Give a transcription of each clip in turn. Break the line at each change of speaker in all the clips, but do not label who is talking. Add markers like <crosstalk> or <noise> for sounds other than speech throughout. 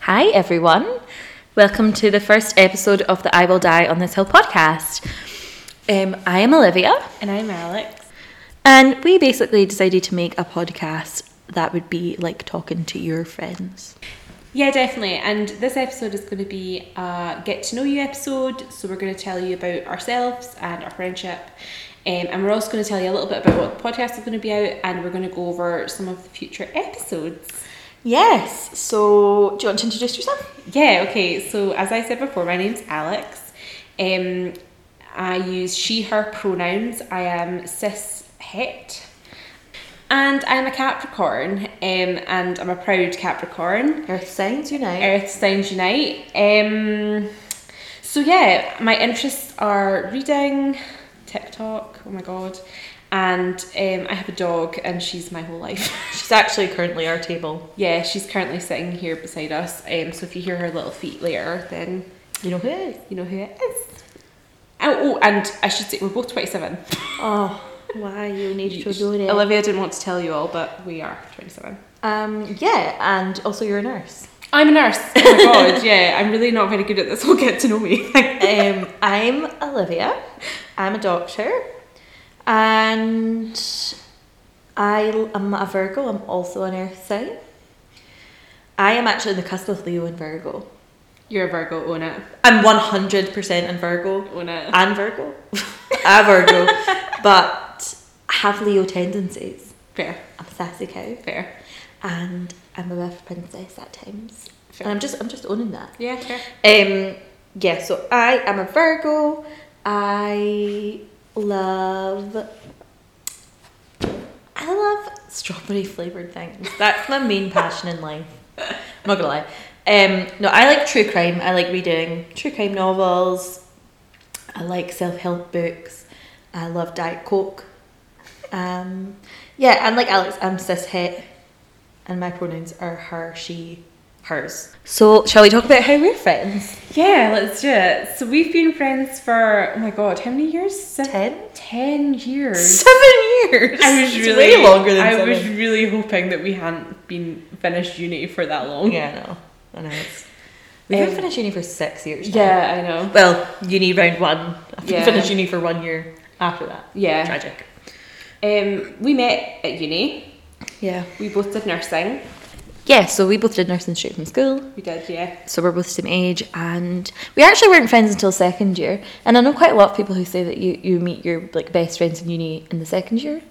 Hi, everyone. Welcome to the first episode of the I Will Die on This Hill podcast. Um, I am Olivia,
And I'm Alex.
and we basically decided to make a podcast that would be like talking to your friends.
Yeah, definitely. And this episode is going to be a get to know you episode. So we're going to tell you about ourselves and our friendship. Um, and we're also going to tell you a little bit about what the podcast is going to be out and we're going to go over some of the future episodes.
Yes. So, do you want to introduce yourself?
Yeah, okay. So as I said before, my name's Alex. Um, I use she, her pronouns. I am cis het. And I'm a Capricorn. Um, and I'm a proud Capricorn.
Earth Signs Unite.
Earth Sounds Unite. Um, so yeah, my interests are reading, TikTok. Oh my god, and um, I have a dog, and she's my whole life. <laughs>
She's actually currently our table.
yeah, she's currently sitting here beside us. Um, so if you hear her little feet later, then
You know who it is?
you know who it is. Oh, oh and I should say we're both twenty-seven.
Oh, <laughs> why you need to do it?
Olivia didn't want to tell you all, but we are twenty-seven.
Um, yeah, and also you're a nurse.
I'm a nurse. Oh my god, <laughs> yeah. I'm really not very good at this whole get to know me <laughs> thing.
um, I'm Olivia. I'm a doctor, and I am a Virgo. I'm also an Earth sign. I am actually in the cusp of Leo and Virgo.
You're a Virgo, own it.
I'm 100% in Virgo
Own it.
and Virgo, <laughs> a Virgo, but I have Leo tendencies.
Fair,
I'm a sassy cow,
fair,
and I'm a bit of a princess at times,
fair.
and I'm just I'm just owning that.
yeah, fair.
Um, yeah, so I am a Virgo. I love. I love strawberry flavored things. That's my main passion in life. I'm not gonna lie. Um, no, I like true crime. I like reading true crime novels. I like self help books. I love Diet Coke. Um, yeah, and like Alex, I'm cis het, and my pronouns are her, she, hers. So, shall we talk about how we're friends?
Yeah, let's do it. So we've been friends for oh my god, how many years? Se-
Ten?
Ten years.
Seven years.
I was
It's
really
way longer than
I
seven.
was really hoping that we hadn't been finished uni for that long.
Yeah, I know. I know. It's, we haven't
Um,
finished uni for six years. now.
Yeah, I know.
Well, uni round one. I
Yeah.
finished uni for one year after that.
Yeah.
Tragic.
Um, we met at uni.
Yeah.
We both did nursing.
Yeah. So we both did nursing straight from school.
We did, yeah.
So we're both the same age, and we actually weren't friends until second year. And I know quite a lot of people who say that you, you meet your like best friends in uni in the second year.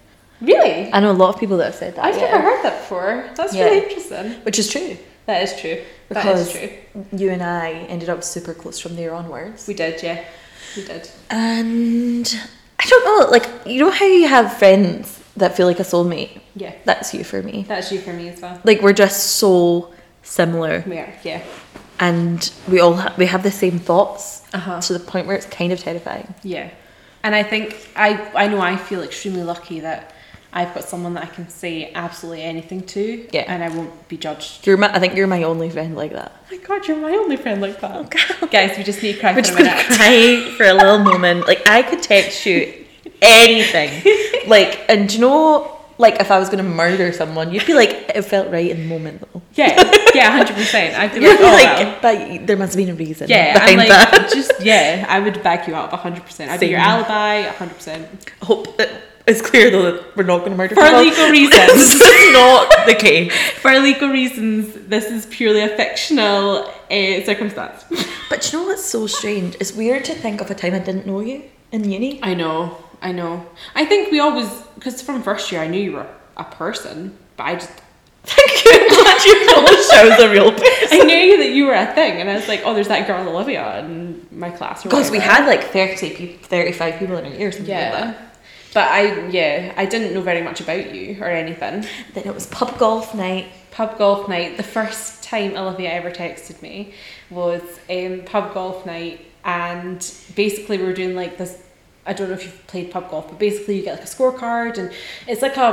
Really?
I know a lot of people that have said that.
I've
yeah.
never heard that before. That's
Yeah.
really interesting.
Which is true.
That is true.
Because
that is true.
you and I ended up super close from there onwards.
We did, yeah. We did.
And I don't know, like, you know how you have friends that feel like a soulmate?
Yeah.
That's you for me.
That's you for me as well.
Like, we're just so similar
We are, yeah.
and we all ha- we have the same thoughts
Uh-huh.
to the point where it's kind of terrifying.
Yeah, and I think I I know I feel extremely lucky that I've got someone that I can say absolutely anything to.
Yeah.
and I won't be judged.
You're my, I think you're my only friend like that.
Oh my god, you're my only friend like that. Guys, Oh, we just need to cry for
We're
a
just gonna
minute.
cry for a little moment. Like I could text you anything.
<laughs>
Like, and do you know, like if I was gonna murder someone, you'd be like, it felt right in the moment though.
Yeah, yeah, hundred percent. I'd be
You're
<laughs> like, oh,
<laughs> like,
well.
but there must have been a reason.
yeah, I'm
behind
like
that.
just yeah. I would back you up hundred percent. I'd be
Same.
your alibi hundred percent
hope that it's clear though that we're not going to murder
for
people. <laughs>
legal reasons.
is not the case.
for legal reasons, this is purely a fictional uh, circumstance. <laughs>
But you know what's so strange? It's weird to think of a time I didn't know you in uni.
I know, I know. I think we always, because from first year I knew you were a person, but I just,
<laughs> Thank you. Glad you acknowledged I was a real person.
I knew <laughs> that you were a thing, and I was like, oh, there's that girl Olivia in my class. or
Because we
whatever.
had like 30 people, 35 people in our year, something like
yeah. But I, yeah, I didn't know very much about you or anything.
that. Then it was pub golf night.
Pub golf night, the first time Olivia ever texted me was um, pub golf night, and basically we were doing like this. I don't know if you've played pub golf, but basically you get like a scorecard, and it's like a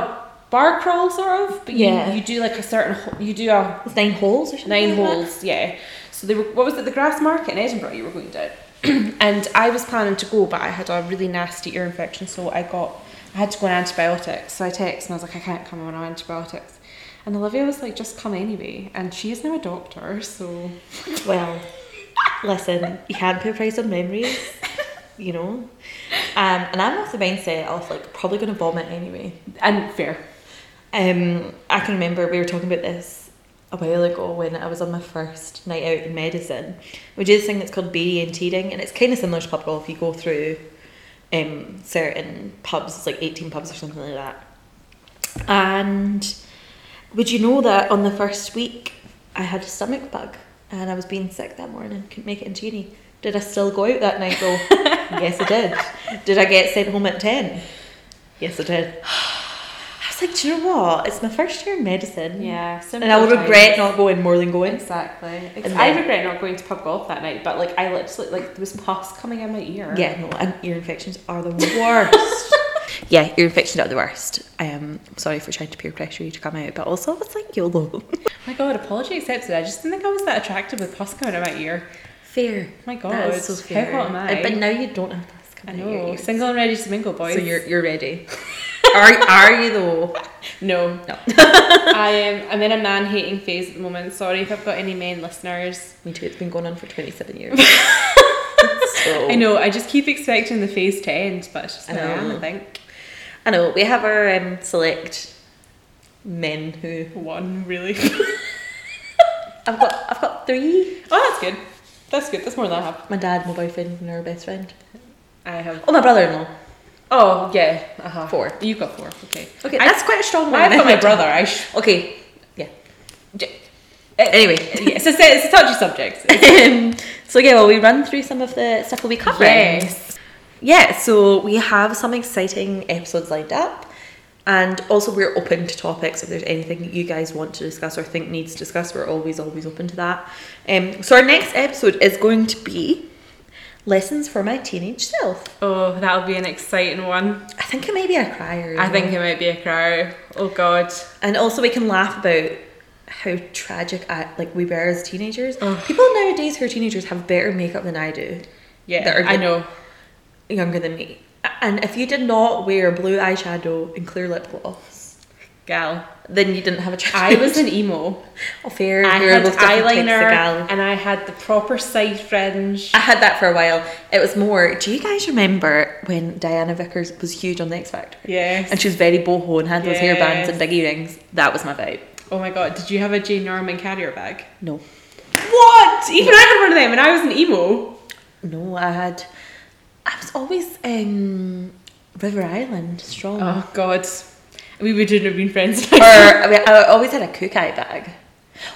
bar crawl sort of, but
Yeah.
you, you do like a certain, ho- you do a
It was nine holes or something.
Nine
like that.
holes, yeah. So they were, what was it, the grass market in Edinburgh you were going down? <clears throat> and I was planning to go, but I had a really nasty ear infection, so I got, I had to go on antibiotics. So I texted and I was like, I can't come on antibiotics. And Olivia was like, just come anyway. And she is now a doctor, so
Well, listen, you can't put a price on memories, you know. Um, and I'm off the mindset of like probably gonna vomit anyway.
and fair.
Um, I can remember we were talking about this a while ago when I was on my first night out in medicine. We do this thing that's called E and tearing, and it's kind of similar to pub golf. You go through um, certain pubs, it's like 18 pubs or something like that. And would you know that on the first week I had a stomach bug and I was being sick that morning, couldn't make it into uni. Did I still go out that night though? yes, I did. Did I get sent home at 10? Yes, I did. <sighs> I was like, do you know what? It's my first year in medicine.
Yeah.
And I will regret not going more than going.
Exactly. Ex-
And
I
then-
regret not going to pub golf that night, but like I literally like there was pus coming out my ear.
Yeah, no, and ear infections are <laughs> the worst. yeah, ear infections are the worst. I am sorry for trying to peer pressure you to come out, but also it's like YOLO.
Oh my god, apology accepted. I just didn't think I was that attractive with pus coming out my ear.
Fair.
My god.
That is so fair.
How hot am I?
Uh, But now you don't have this
I
coming out your
know.
ears. <laughs>
Single and ready to mingle, boys.
So you're you're ready. are are you though?
No.
No.
<laughs> I am I'm in a man hating phase at the moment. Sorry if I've got any men listeners.
Me too. It's been going on for twenty seven years. <laughs> so.
I know, I just keep expecting the phase to end, but it's just
Oh. I
not I am,
know.
I think.
I know. We have our um, select men who
One really. <laughs>
I've got. I've got three.
oh that's good. That's good. That's more than I have.
My dad, my boyfriend, and our best friend.
I have
Oh, my brother-in-law.
Oh yeah. Uh-huh.
Four.
You've got four. Okay.
Okay,
I-
that's quite a strong one.
I've
<laughs>
got my brother. I sh-
Okay.
Eh,
Anyway. Um,
yeah, it's, a, se- it's a touchy subject.
<laughs> so yeah, well, we run through some of the stuff we'll be covering.
Yes.
Yeah. So we have some exciting episodes lined up, and also we're open to topics. If there's anything that you guys want to discuss or think needs discussed, we're always always open to that. Um, so our next episode is going to be lessons for my teenage self.
Oh, that'll be an exciting one.
I think it may be a crier.
I think it might be a crow. Oh god.
and also we can laugh about how tragic I, like we were as teenagers.
Ugh.
People nowadays who are teenagers have better makeup than I do,
Yeah,
That are
I
good.
know.
younger than me. And if you did not wear blue eyeshadow and clear lip gloss,
Gal.
then you didn't have a chance. <laughs>
I was an emo.
oh, fair.
I
we were
had
both different types of
eyeliner
gal.
and I had the proper side fringe.
I had that for a while. It was more. Do you guys remember when Diana Vickers was huge on the X Factor?
Yes.
And she was very boho and had those hairbands
Yes.
and big earrings. That was my vibe.
Oh my god, did you have a Jane Norman carrier bag?
No,
What? Even I had one of them and I was an emo.
no, I had. I was always um, River Island strong.
Oh god. We wouldn't have been
<laughs>
friends. <laughs>
Or I, mean, I always had a cook eye bag.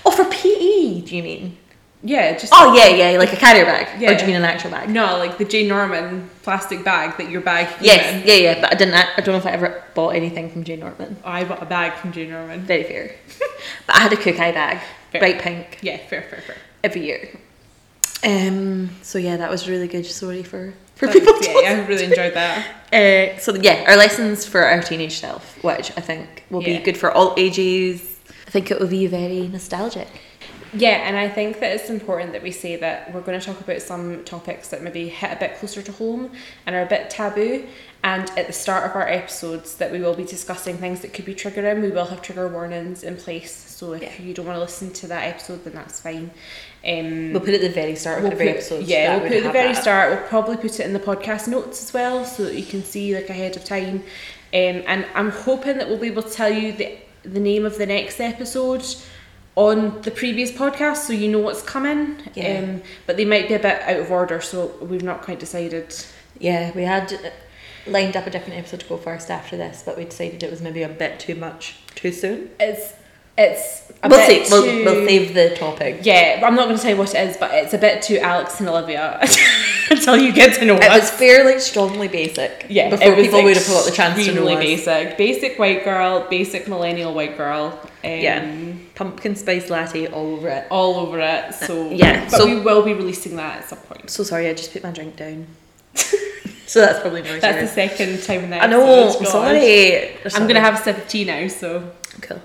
Oh, for PE, do you mean?
yeah, just
Oh yeah, yeah, like a carrier bag. Or do
Yeah.
you mean an actual bag?
no, like the Jane Norman plastic bag that your bag came
Yes,
in.
yeah, yeah. But I didn't. I don't know if I ever bought anything from Jane Norman.
I bought a bag from Jane Norman.
Very fair. <laughs> but I had a cook eye bag,
Fair.
bright pink,
Yeah, fair, fair, fair.
every year. Um. So yeah, that was really good. Sorry for for
That-
people. <laughs>
yeah,
to
I really enjoyed that.
Uh, so yeah, our lessons for our teenage self, which I think will
Yeah.
be good for all ages. I think it will be very nostalgic.
Yeah, and I think that it's important that we say that we're going to talk about some topics that maybe hit a bit closer to home and are a bit taboo. And at the start of our episodes, that we will be discussing things that could be triggering. We will have trigger warnings in place, so if
Yeah.
you don't want to listen to that episode, then that's fine. Um,
We'll put it at the very start of
we'll
every
put-
episode. so that
Yeah, we'll
would
put it at the
have
very
that.
start. We'll probably put it in the podcast notes as well, so that you can see like ahead of time. Um, and I'm hoping that we'll be able to tell you the the name of the next episode on the previous podcast, so you know what's coming.
Yeah.
Um, but they might be a bit out of order, so we've not quite decided.
Yeah, we had uh, lined up a different episode to go first after this, but we decided it was maybe a bit too much too soon.
It's it's a
we'll see.
bit
We'll,
too-
we'll save the topic.
Yeah, I'm not going to say what it is, but it's a bit too Alex and Olivia <laughs> until you get to know
It
us.
was fairly strongly basic.
Yeah,
before
it was
people would have got the chance to know
extremely
us.
basic, basic white girl, basic millennial white girl. Um,
Yeah, pumpkin spice latte all over it.
all over it. So
Yeah,
but
so-
we will be releasing that at some point.
So sorry, I just put my drink down. <laughs> so that's probably no
That's the
return.
second time in that.
I know.
episode,
I'm
God.
sorry.
I'm gonna have a sip of tea now. So
Cool.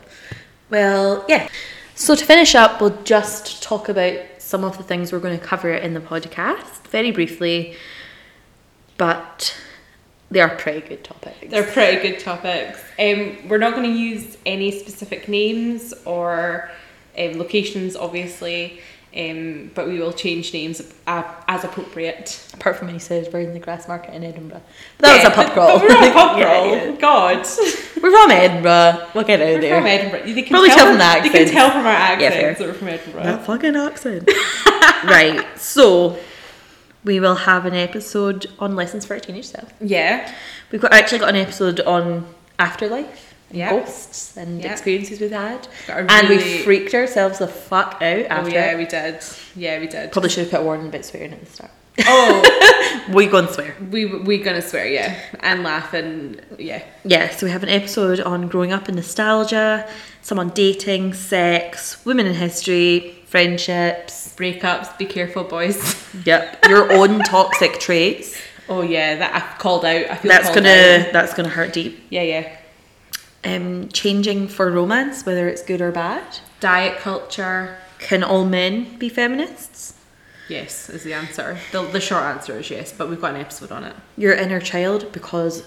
Well, yeah. So to finish up, we'll just talk about some of the things we're going to cover in the podcast very briefly. But They are pretty good topics.
They're pretty good topics. Um, we're not going to use any specific names or um, locations, obviously, um, but we will change names uh, as appropriate.
Apart from when you said we're in the grass market in Edinburgh. But that was a
Yeah,
pub
<laughs> but-
crawl. <laughs>
But we're on a pub
Yeah,
crawl.
yeah.
God.
We're from Edinburgh. We'll get out
We're
of there.
from Edinburgh. They can
Probably tell from the
You can
accents.
tell from our
Yeah,
accents
fair.
that we're from Edinburgh.
That fucking <laughs> accent. right. So we will have an episode on lessons for a teenage self.
Yeah.
We've got actually got an episode on afterlife, and
Yeah.
ghosts, and
Yeah.
experiences we've had,
Got a
and we
really-
freaked ourselves the fuck out after.
Oh,
it.
yeah, we did. Yeah, we did.
Probably should have put a warning about swearing at the start. <laughs>
Oh,
We go and swear.
we we gonna swear, yeah, and laugh and yeah,
Yeah, so we have an episode on growing up and nostalgia, some on dating, sex, women in history, friendships.
breakups. Be careful, boys.
Yep, <laughs> your own toxic traits.
Oh yeah, that I've called out. I feel
That's
called
gonna
out.
that's gonna hurt deep.
Yeah, yeah.
Um, changing for romance, whether it's good or bad.
Diet culture.
Can all men be feminists?
Yes, is the answer. The, the short answer is yes, but we've got an episode on it.
your inner child because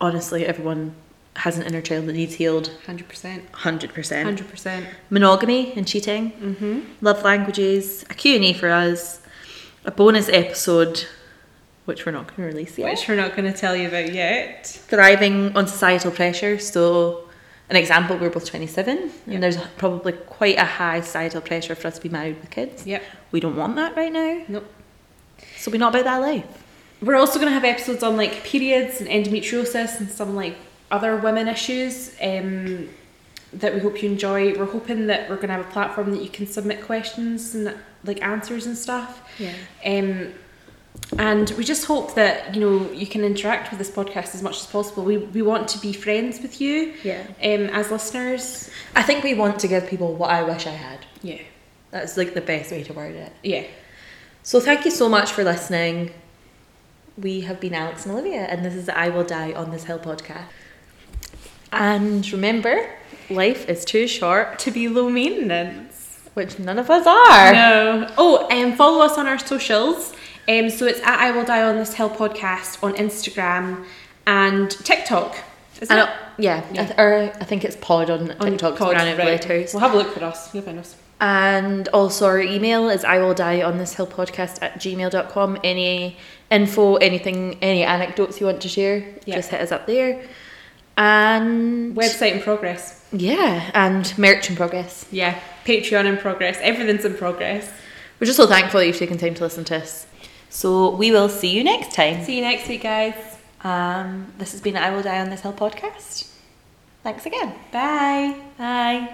honestly everyone has an inner child that needs healed
Hundred percent.
100%
Hundred percent. Mm-hmm.
monogamy and cheating love languages a q&a for us a bonus episode which we're not going to release yet
Which we're not going to tell you about yet.
thriving on societal pressure so an example we're both 27
Yeah.
and there's probably quite a high societal pressure for us to be married with kids
Yep.
we don't want that right now
Nope.
so we're not about that life
We're also going to have episodes on like periods and endometriosis and some like other women issues um, that we hope you enjoy. We're hoping that we're going to have a platform that you can submit questions and like answers and stuff.
yeah
Um, and we just hope that you know you can interact with this podcast as much as possible. We we want to be friends with you,
yeah
um, as listeners.
i think we want to give people what i wish i had
Yeah,
That's like the best way to word it.
yeah.
So thank you so much for listening. We have been Alex and Olivia, and this is the I Will Die on This Hill podcast. And remember, life is too short,
To be low maintenance.
which none of us are.
No. Oh, um, follow us on our socials. Um, so it's at I Will Die on This Hill podcast on Instagram and TikTok. Is
And
it?
it- yeah, I
Yeah.
th- or I think it's Pod on
On
TikTok.
Pod,
Pod, out
right.
letters.
We'll have a look for us. You'll find us.
And also, our email is I will die on this hill podcast at gmail.com. Any info, anything, any anecdotes you want to share,
Yeah.
just hit us up there. And
Website in progress.
Yeah, and merch in progress.
Yeah. Patreon in progress. Everything's in progress.
We're just so thankful that you've taken time to listen to us. So we will see you next time.
See you next week, guys.
Um, this has been I Will Die on This Hill podcast. Thanks again.
Bye.
Bye.